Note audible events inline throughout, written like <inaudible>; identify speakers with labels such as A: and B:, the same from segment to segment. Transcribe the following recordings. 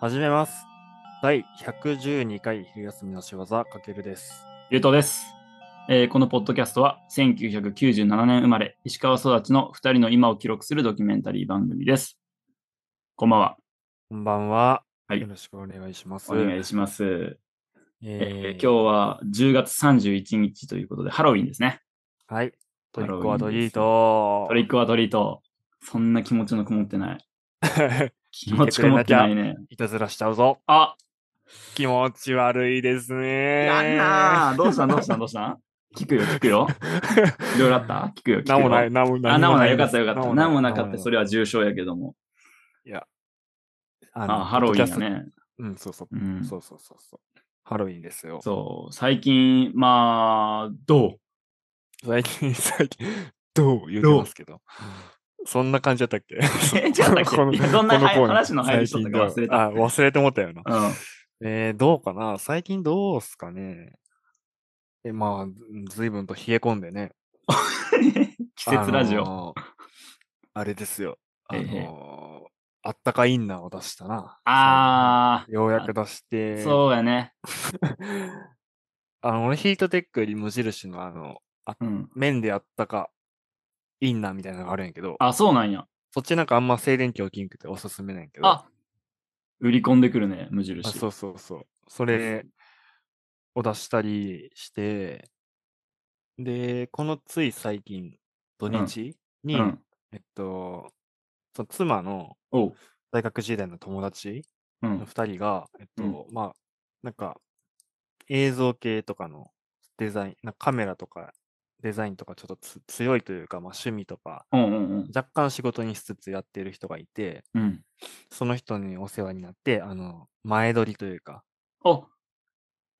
A: 始めます。第112回昼休みの仕業かけるです。
B: ゆうとうです、えーこのポッドキャストは1997年生まれ、石川育ちの2人の今を記録するドキュメンタリー番組です。こんばんは。
A: こんばんは。
B: はい
A: よろしくお願いします。
B: お願いします。えー
A: えー
B: 今日は10月31日ということで、ハロウィンですね。
A: はい。トリックはトリー
B: トリッ
A: ト。
B: クはトリート。そんな気持ちのこもってない。気持
A: いて
B: ち
A: く
B: こ
A: れ
B: もっ
A: なき
B: て
A: ゃ
B: ないね。
A: <laughs> いたずらしちゃうぞ。
B: あ、
A: 気持ち悪いですね。
B: やんなーどうしたんどうしたんどうしたん聞くよ、聞くよ。
A: <laughs>
B: いろいろあった聞くよ、聞くよ。
A: なんもない、なんもない。
B: あ、なんもない。よかった、よかっ
A: な
B: た。
A: ん
B: なんもなかった。そ
A: れ。
B: れは重症やけども。
A: あ
B: あ、ハロウィンや。
A: ポッドキャス
B: ね。
A: トうん、そうそう
B: う。ん。
A: そうそうそうそう。ハロウィンですよ。
B: そう、最近、まあ、ど
A: 最近、最近、どう言ってますけど。そんな感じだったっけ <laughs>
B: え違ったっけ
A: この
B: いやどん <laughs> な
A: このコーナー
B: 話の入りしとったか忘れ
A: 最近
B: た
A: どうあ、忘れてもったよな。
B: う、うん、 <laughs>
A: えー、どうかな最近どうすかねえ、まあ、ずずいぶんと冷え込んでね。
B: 季節ラジオ。
A: あのーあれですよ。あ
B: ええ
A: の
B: ええ
A: ーあったかインナーを出したな。
B: あ
A: 最近ようやく出して。
B: ー、そうやね。
A: <laughs> あの、俺ヒートテックより無印のあの、
B: うん。
A: 面であったかインナーみたいなのがあるんやけど、
B: あ、そうなんや。
A: そっちなんかあんま静電気起きんくておすすめなんやけど。
B: あ売り込んでくるね、無印。
A: あそうそうそう。それを出したりして、で、このつい最近、土日
B: う
A: に、
B: ん。
A: えっと、その妻の
B: おう。
A: 大学時代の友達
B: う
A: の
B: ん。
A: 2人が、えっ
B: うん
A: と、まあ、なんか、映像系とかのデザイン、なんかカメラとかデザインとかちょっとつ強いというか、まあ、趣味とか、
B: うんうん
A: 若干仕事にしつつやってる人がいて、
B: うん。うん。
A: その人にお世話になって、あの、前撮りというか、
B: あ、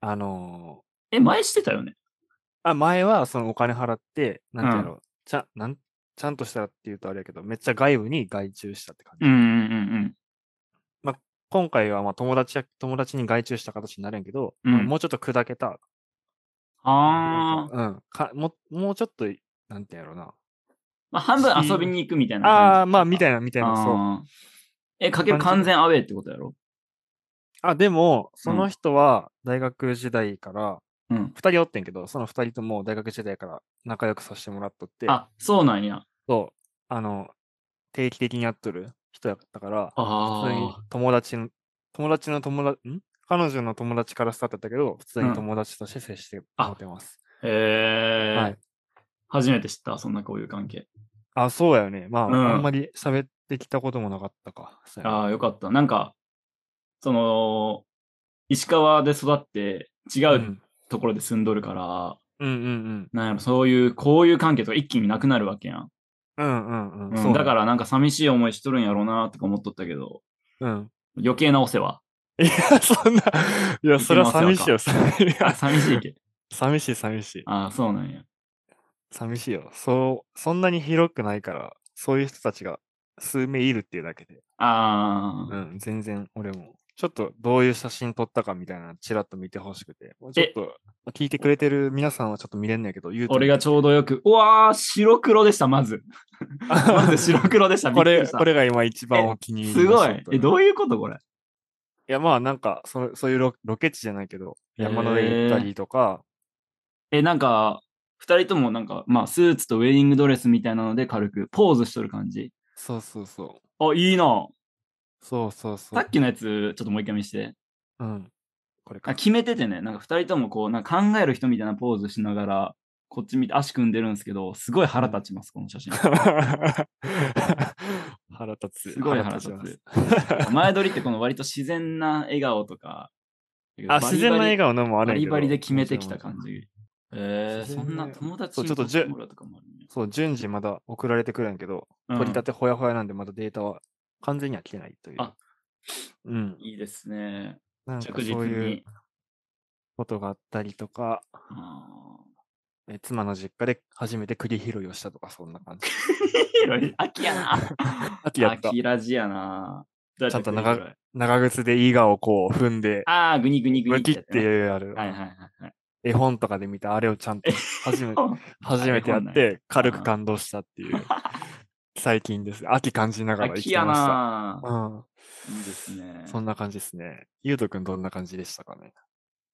A: あの
B: え、前してたよね。
A: あ、前はそのお金払って、なんていうの、
B: う
A: ちゃんなんちゃんとしたらって言うとあれやけど、めっちゃ外部に外注したって感じ。
B: うんうんうん
A: 今回はまあ友達や友達に外注した形になるんやけど、
B: うん
A: まあもうちょっと砕けた。
B: うん。
A: なん
B: あー、
A: かうんかも。もうちょっと、なんていうんやろうな。
B: まあ、半分遊びに行くみたいな感じ。
A: ああー、まあ、みた
B: い
A: いな、みたいな、そう。
B: え、かける完全アウェイってことやろ
A: あ、でも、そ
B: うん
A: の人は大学時代から、
B: うん。
A: 二人おってんけど、その二人とも大学時代から仲良くさせてもらっとって、
B: あ、そうなんや。
A: そう、あの、定期的にやっとる人やったから、
B: あ
A: 普通に
B: ー。
A: 友達の、友達の友達、ん彼女の友達からスタートだったけど、普通
B: う
A: に
B: ん
A: 友達として接して
B: あ
A: 思ってます。
B: へー。
A: はい。
B: 初めて知った、そんなこういう関係。
A: あ、そうやよね。まあ、
B: うん
A: あんまり喋ってきたこともなかったか。そうやね
B: ああ、よかった。なんか、その、石川で育って違
A: う
B: うんところで住んどるから、
A: うんうん
B: なんやろ、そういう、こういう関係とか一気になくなるわけやん。
A: うん。うんうんう。
B: うんん
A: そう。
B: だかららなんか寂しい思いしとるんやろうなとか思っとったけど、
A: うん。 <laughs>
B: 余計なお世話。
A: いや、そんな、いや、それは寂しいよ。い
B: あ
A: や
B: 寂しいけ。
A: <laughs> 寂しい、寂しい。
B: ああ、そうなんや。
A: 寂しいよ。そう、そんなに広くないから、そういう人たちが数名いるっていうだけで。
B: あ
A: う
B: あ、
A: ん、全然俺も。ちょっとどういう写真撮ったかみたいなのちらっと見てほしくて。もうちょっと聞いてくれてる皆さんはちょっと見れんねんけど、言うと
B: 俺 <laughs> がちょうどよく、うわー、白黒でした、まず。まず白黒でした、
A: こ
B: びっく
A: れ、
B: りし
A: <laughs>
B: た
A: これが今一番お気に入り
B: す
A: の
B: ご
A: ショ
B: い
A: ッ。ト
B: え、
A: な
B: ど
A: いう
B: いうことこれ。
A: や、まあなんかその、そういうロロケ地じゃないけど、山の上行ったりとか、
B: え、なんか、二人ともなんか、まあ、スーツとウェディングドレスみたいなので軽くポーズしとる感じ。
A: そうそうそ
B: あ、いいな。
A: う。そうそうそ
B: さ
A: う
B: っ。きのやつ、ちょっともう一回見して。
A: うん。これか <laughs>
B: あ。決めててね、なんか二人ともこう、なんか考える人みたいなポーズしながら、こっち見て足組んでるんですけど、すごい腹立ちます、この写真。
A: 腹立つ。
B: すごい腹立つ
A: ます。
B: 前撮りってこの割と自然な笑顔とか。
A: <laughs> あ、自然な笑顔
B: 顔
A: のもあるんや
B: バリ
A: けど
B: バリで決めてきた感。じ。えー、
A: 自
B: そ
A: 然
B: ん
A: な
B: な友達
A: そう
B: に
A: ちょっと
B: 撮て
A: じゅ
B: もらうとかもあるね
A: そう、順次まだ送られてくるんやけど、
B: うん
A: 取り立てほやほやなんで、まだデータは完全には来てないという。
B: あ
A: うん。
B: いいですね。
A: なんか
B: 着
A: そ
B: 実
A: ういう
B: に。
A: ことがあったりとか、
B: あ
A: え妻の実家で初めて栗拾いをしたとか、そんな感
B: <laughs>
A: じ。
B: ー秋やな。
A: 秋やった。
B: 秋ラジやな。
A: ちゃんと
B: どう
A: 長
B: やって来るぐらい
A: 長靴でイガをこう踏んで、
B: ああ、グニグニグニ
A: むきっ
B: やつ
A: て
B: ね
A: やる、
B: はいはいはい
A: <laughs>
B: はい。
A: 絵本とかで見
B: <laughs>
A: たあれをちゃんと初めて、初めてやって、軽く感動したっていう。最近です。秋感じながら生き
B: 秋
A: て
B: や
A: ました。
B: なぁ
A: うん。
B: いいですね。
A: そんな感じですね。ゆうとくんどんな感じでしたかね。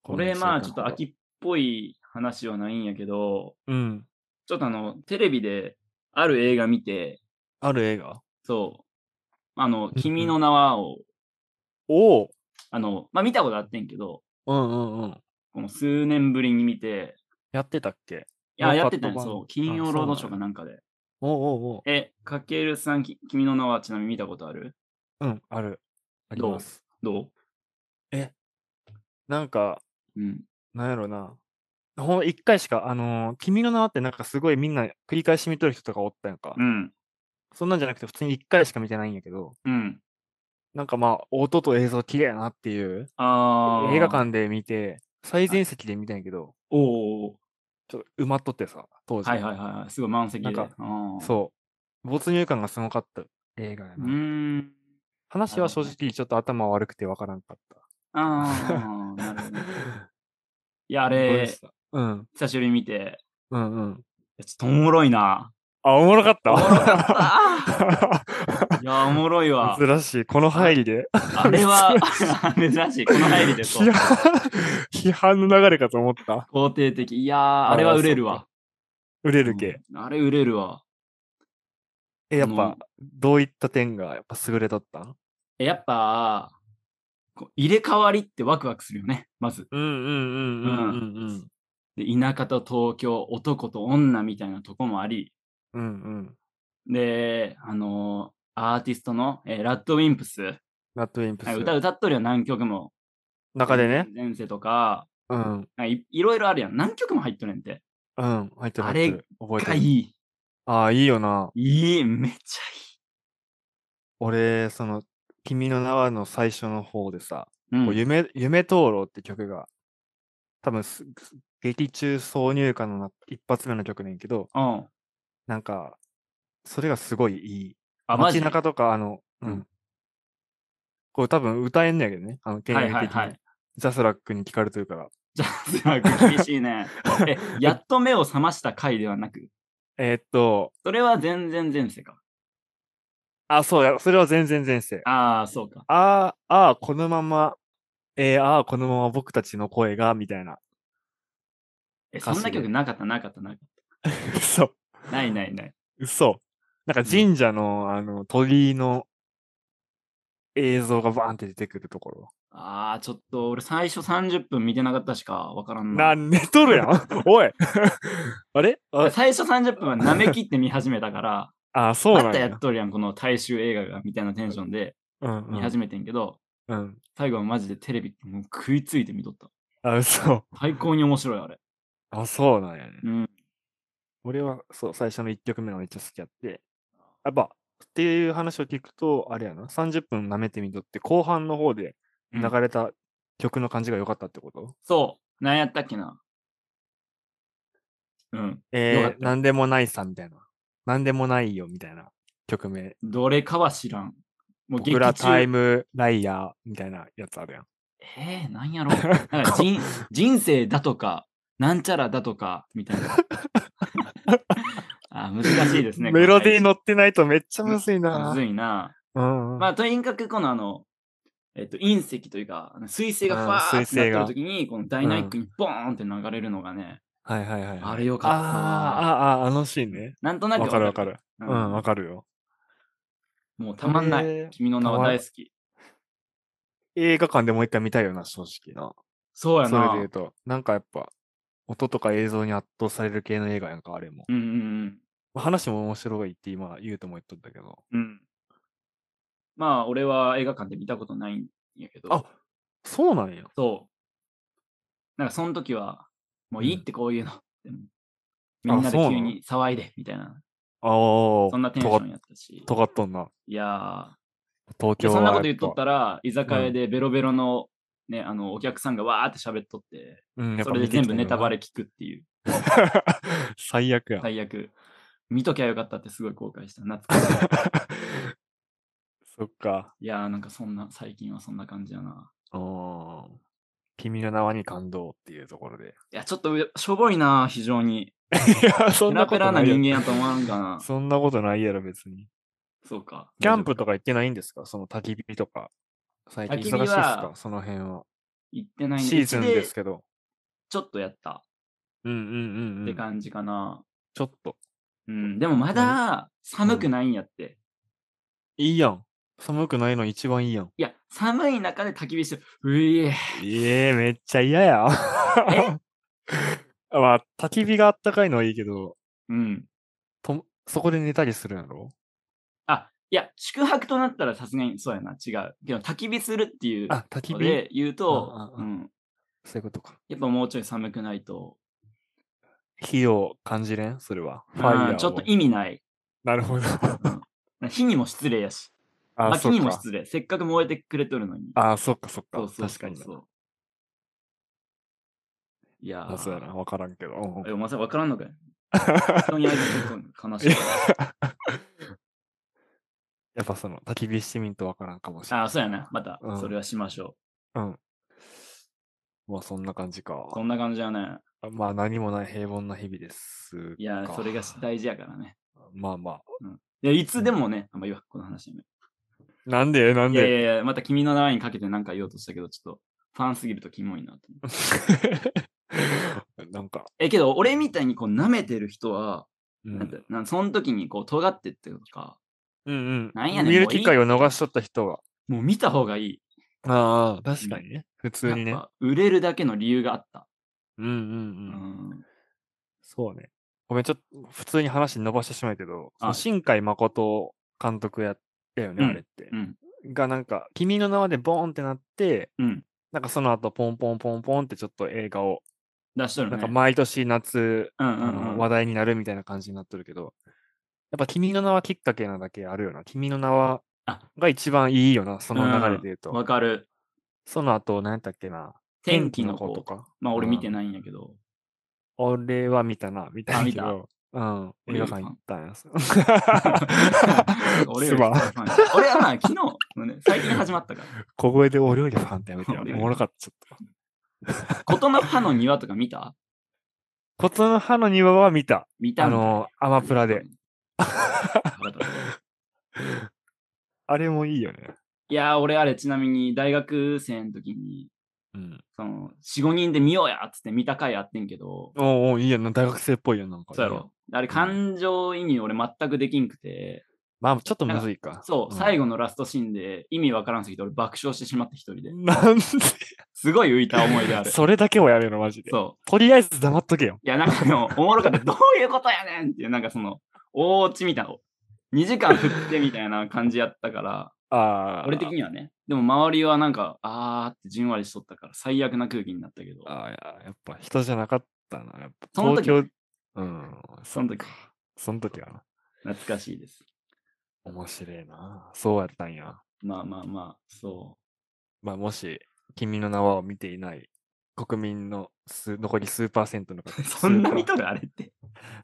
B: これ
A: の一
B: まあ
A: 週
B: ち
A: 間
B: ょっと
A: ほど
B: 秋っぽい話はないんやけど、
A: うん。
B: ちょっとあの、テレビである映画見て、
A: ある映画
B: そう、あの
A: う、ん
B: 君の名はを、
A: おお
B: あの、まあ見たことあってんけど、
A: うんうんうん。
B: この数年ぶりに見て、
A: やってたっけ
B: いや、
A: ノー
B: や
A: カ
B: っ
A: ッ
B: て
A: ト
B: たん
A: 版
B: そう、金曜ロードショーかなんかで。
A: おおうおう
B: え、かけるさん、き君の名はちなみに見たことある
A: うん、ある。あり
B: どう
A: ます。
B: ど
A: なんか、
B: ううん。
A: なんやろな。ほん、一回しか、あのー君の名はってなんかすごいみんな繰り返し見とる人とかおったやんか。
B: うん。
A: そんなんじゃなくて普通に一回しか見てないんやけど、
B: うん。
A: なんかまあ、音と映像綺麗やなっていう、
B: あー
A: 映画館で見て、最前席で見たんやけど、
B: おーお
A: ちょっと埋まっとってさ、当
B: ー
A: 時。
B: はいはいはいはい。すごい満席で。
A: なんか
B: あー
A: そう。没入感がすごかった映画や
B: う
A: な。
B: ーん。
A: 話は正
B: なる
A: 直ちょっと頭悪くてわからんかった。 <laughs>
B: ああ、なるほどね。いや、あ
A: あ
B: れ、
A: うん。
B: 久しぶりに見て、
A: うんうん。
B: いやちょっとおもろいな。
A: あ、おもろかっ
B: お
A: た
B: もろかった。 <laughs> いや、おもろいわ。
A: <laughs> 珍しい。この入りで。
B: あれは、珍しい。この入
A: <laughs>
B: りでこ
A: 批判、批判の流れかと思った。
B: う、肯定的。いやー、あれは売れるわ。
A: 売れる系。
B: うんあれ売れるわ。
A: え、やっ
B: あ
A: ぱ
B: の、
A: どういった点がやっぱ優れとったん
B: えやっぱ、こう入れ替わりってワクワクするよね、まず。
A: うんうんうん
B: うん
A: うんうん。
B: で田舎と東京、男と女みたいなとこもあり、
A: うんうん。
B: で、あのーアーティストの、えーラッドウィンプス、
A: ラッドウィンプ
B: はい歌
A: ス。
B: 歌っとるよ、何曲も。
A: 中でね。
B: 前世とか、
A: うん。
B: なんかいいろいろあるやん。何曲も入っとるやんて。
A: うん。入ってる。
B: あ
A: 入
B: れ
A: ってる覚え
B: が
A: て
B: い
A: る。
B: い。
A: ああ、いいよな。
B: いい、めっち
A: 俺、その、君の名はの最初の方でさ、
B: ゃいい。
A: こう
B: うん、
A: 夢、夢灯籠って曲が、多分す、す劇中挿入歌のな一発目の曲ねんけど、
B: うん。
A: なんか、それがすごいいい。
B: あ、マジ
A: 街
B: <laughs> で
A: 中とか、あの、うん。
B: うん
A: これ多分歌えんねやけどね、あの、権
B: はい
A: 威
B: はい
A: 的に。
B: はい。
A: ジャスラックに聞かれてるから。
B: じゃあ、厳しいね。え、やっと目を覚ました回ではなく、
A: えーっと、
B: それは全然前世か。
A: あ、そうや、それは全然前世。
B: ああ、そうか。
A: ああ、ああ、このまま、えー、ああ、このまま僕たちの声が、みたいな。 <laughs>
B: え、そ
A: 歌詞で
B: んな曲なかった、なかった、なかっ
A: そう。
B: た。ないないない。
A: 嘘。なんか神社の、あの、鳥居の映像がバーンって出てくるところ。
B: ああ、ちょっと俺最初30分見てなかったしかわからん
A: な、
B: な。
A: 寝とるやん <laughs> おいあれあ
B: 最初30分は舐め切って見始めたから、
A: あ、そうな
B: ま
A: ん
B: たや
A: や
B: っ。とるやん、この大衆映画がみたいなテンションで
A: うん、う
B: 見
A: ん。
B: 始めてんけど、
A: うん。
B: 最後はマジでテレビもう食いついて見とった。
A: あ、嘘。
B: 最高に面白い、あれ。
A: あ、そうなんやね。
B: うん。
A: 俺は、そう、最初の1曲目がめっちゃ好きやって。やっぱ、っていう話を聞くと、あれやな、30分舐めてみとって、後半の方で流れた曲の感じが良かったってこと、
B: そう。何やったっけな。うん。良か
A: え
B: っ
A: ー、
B: た
A: なんでもないさ、みたいな。なんでもないよ、みたいな曲名。
B: どれかは知らん。も
A: 僕らタイ
B: ム。
A: ムライヤーみたいなやつあるやん。
B: えー、なんやろ。なんか
A: <laughs>
B: 人人生だとか、なんちゃらだとか、みたい
A: <laughs>
B: な。あー難しいですね。
A: メロディー乗
B: の。
A: ってないとめっちゃむずい
B: む
A: な
B: ず。いな。
A: うんうん。
B: まあ、とにかくこのあの、えっと、隕石というか、あの水星が
A: うん
B: ファーって
A: 彗星が
B: なってる時に、このダイナミックにボーンって流れるのがね、
A: はいはいはい。
B: あれよかったわ
A: あーあー、あのシーンね。
B: なんとなく
A: わかるわかる。
B: う
A: うん、わかるよ。
B: もうたまんな
A: あ
B: い
A: れ。
B: 君の名は大好き。
A: 映画館でもう一回見たいよな、正直な。
B: そうや
A: それで
B: な。
A: 言うと、なんかやっぱ、音とか映像に圧倒される系の映画やんか、あれも。
B: うんうん
A: まあ話も面白いって今、言うとも言っとったけど。
B: うん。うん。まあ、俺は映画館で見たことないんやけど、
A: あそうなんや。
B: そう。なんか、その時は、もういいってこういうの。でもみ
A: あ
B: んなで
A: そうな
B: 急
A: の
B: に騒いで、みたいな。
A: ああ、
B: そんなテンションやったし。
A: とがっとんな。
B: いや
A: 東
B: ー
A: 京
B: で
A: は
B: そんな
A: やぱ。
B: こと言っとったら、居酒屋でベロベロの、ね、あの、お客さんがわーって喋っとって、
A: うん、やっ
B: そ
A: ぱ
B: れで
A: 見て
B: 全
A: きて
B: 部
A: ん
B: ネ
A: よな
B: タバレ。聞くっていう、
A: 最悪や。
B: 最悪。見ときゃよかったってすごい後悔した。懐かしい。
A: <laughs> そっか。
B: いやーなんかそんな、最近はそんな感じやな。
A: うん。君の名はに感動っていうところで。
B: いや、ちょっとうしょぼいな、非常に。
A: いや、そ
B: ペ
A: んな
B: ラ
A: こ
B: <laughs> ペ
A: と
B: ラな
A: ない
B: 人
A: や
B: 間やと思わんかな
A: ろ。。そんなことないやろ、別に。
B: そうか。
A: キャンプ
B: 大丈夫
A: とか行ってないんですかその焚き火とか。最近忙
B: 焚き
A: し
B: 火
A: い
B: は
A: ですかその辺は。
B: 行ってないん
A: シーズンです
B: け
A: けど。
B: ちょっとやった
A: うんうんうん、
B: っ
A: う
B: て
A: ん。
B: 感じかな。
A: ちょっと。
B: うん、でもまだ寒くないんやって。
A: いいやん。寒くないの一番
B: <laughs>
A: いいやん。
B: いや、寒い中で焚き火してる。うえー
A: ええめっちゃ嫌や。 <laughs> まあ、焚き火があったかいのはいいけど、
B: うん。
A: とそこで寝たりするんやろ
B: あ、いや、宿泊となったらさすがにそうやな。違う。けど、焚き火するっていう
A: あ、焚き
B: の
A: 火
B: で言うと、
A: あああ
B: うん、
A: そういうことか。
B: やっぱもうちょい寒くないと、
A: 火を感じれんそれは。ファイヤー
B: う
A: を。
B: んちょっと意味ない。
A: なるほ
B: <laughs>
A: ど。
B: 火にも失礼やし、
A: あ、
B: 薪
A: そ
B: に
A: う
B: も
A: か。
B: 失礼。せっかく燃えてくれとるのに。
A: あ、そっかそっか。
B: そうそう
A: 確かにな。
B: そう。いや
A: あ、そうやな。わからんけど。うんうん
B: え、お前さ、わからんのかい人にあげてること悲しい。
A: <laughs> やっぱその、焚き火してみんとわからんかもしれない。
B: ああ、そうやな。また
A: う、ん
B: それはしましょ
A: うん。まあそんな感じか
B: う。。そんな感じだね。
A: まあ何もない平凡な日々です。
B: いや、それが大事やからね。
A: まあまあ。
B: いや、いつでもね、あんま言わんこの話やめよ
A: なんでな
B: うんいや
A: で
B: いやいや、また君の名前にかけて何か言おうとしたけど、ちょっと、ファンすぎるとキモいなと思って。
A: <laughs> なんか、
B: え、けど、俺みたいにこう、舐めてる人は、
A: う
B: なん
A: ん
B: て、なんその時にこう、尖ってってるとか、
A: うん
B: なんや
A: うん。
B: ねん
A: 見
B: も
A: る
B: ういい
A: 機会を逃しとった人が。
B: もう見た方がいい。
A: ああ、確かにね。普通にね
B: やっ。ぱ売れるだけの理由があった。
A: うんうん
B: う
A: うん。
B: ん。
A: そうね。ごめん、ちょっと普通に話伸ばしてしまうけど、そ
B: あ
A: の新海誠監督やったよね、あれって
B: う。ん。
A: がなんか、君の名はでボーンってなって、
B: うん。
A: なんかその後ポンポンポンポンってちょっと映画を、
B: 出しとる
A: な
B: ね。
A: んか毎年夏、
B: うん
A: あ
B: うんうん
A: の話題になるみたいな感じになってるけど、やっぱ君の名はきっかけなだけあるよな。君の名は
B: あ
A: が一番いいよな、その流れで言うと。
B: わかる。
A: その後、何やったっけな。
B: 天気の
A: 天
B: 子
A: とか。
B: まあ俺
A: うん
B: 見てないんやけ <laughs> ど。
A: 俺は見たな、見た
B: あ
A: んや
B: 見
A: け
B: た
A: ど。うん、
B: 俺
A: 映
B: よ
A: 画
B: り
A: 館行ったんや。 <laughs>
B: 俺
A: す
B: より
A: まん
B: ファンや俺 <laughs> はまあ昨日のね、最近始まったか <laughs>
A: 小声でお料理ファンってやめてよ。
B: 俺よ
A: お
B: り
A: もろかった、ちょっと。
B: ら。琴の葉の庭とか見た
A: ことの葉の庭は見た。
B: 見た
A: あ
B: んだ
A: の、アマプラで。。
B: 腹立つ
A: あれもいいよね。
B: いやー、俺あれちなみに大学生の時に、
A: うん。
B: その、4、5人で見ようやっつって見た回あってんけど、
A: おうおういいやな。大学生っぽいよ、なんか。
B: そうやろ。あれ感情移入俺全くできんくて、
A: まあ、ちょっとむずいか。
B: そう、最後のラストシーンで意味わからんすぎて俺爆笑してしまって一人で
A: う。ん。なんです
B: ごい浮いた思い出 <laughs> ある。
A: それだけはやめろ、マジで。
B: そ
A: とりあえず黙っとけよ。
B: う。いや、なんかでも、おもろかった。 <laughs> どういうことやねんっていう、なんかその、おうちみたいな。2時間振ってみたいな感じやったから、
A: ああ。
B: 俺的にはね。でも周りはなんか、あーってじんわりしとったから、最悪な空気になったけど。
A: ああ、やっぱ人じゃなかったな。やっぱ
B: その時
A: 東京、うん、
B: その時、
A: その時はな。
B: 懐かしいです。
A: 面白いな。そうやったんや。
B: まあまあまあ、そ
A: まあ、もし、君の名はを見ていない国民の数残り数パーセントの方。
B: う。 <laughs> そんな見
A: 数
B: とるあれって。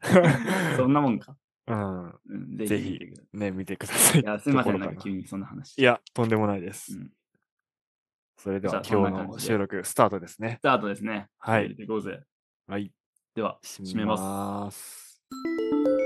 A: パー
B: <laughs> そんなもんか。
A: うん。
B: うん、 <laughs> ぜ
A: ぜ
B: ひ
A: ひ
B: 見てくださ
A: ね、見てください。
B: い。いや、すいません、
A: とこ
B: な
A: ろ
B: ん
A: か
B: か急にそんな話。
A: いや、とんでもないです。
B: うん
A: それでは
B: じゃあ
A: 今
B: そんな
A: 日
B: 感
A: の
B: じで
A: 収録スタートですね
B: ス。タートですね。
A: は
B: 入れ
A: い。
B: ていこうぜ。
A: はい。
B: では、
A: 締
B: めます
A: ます。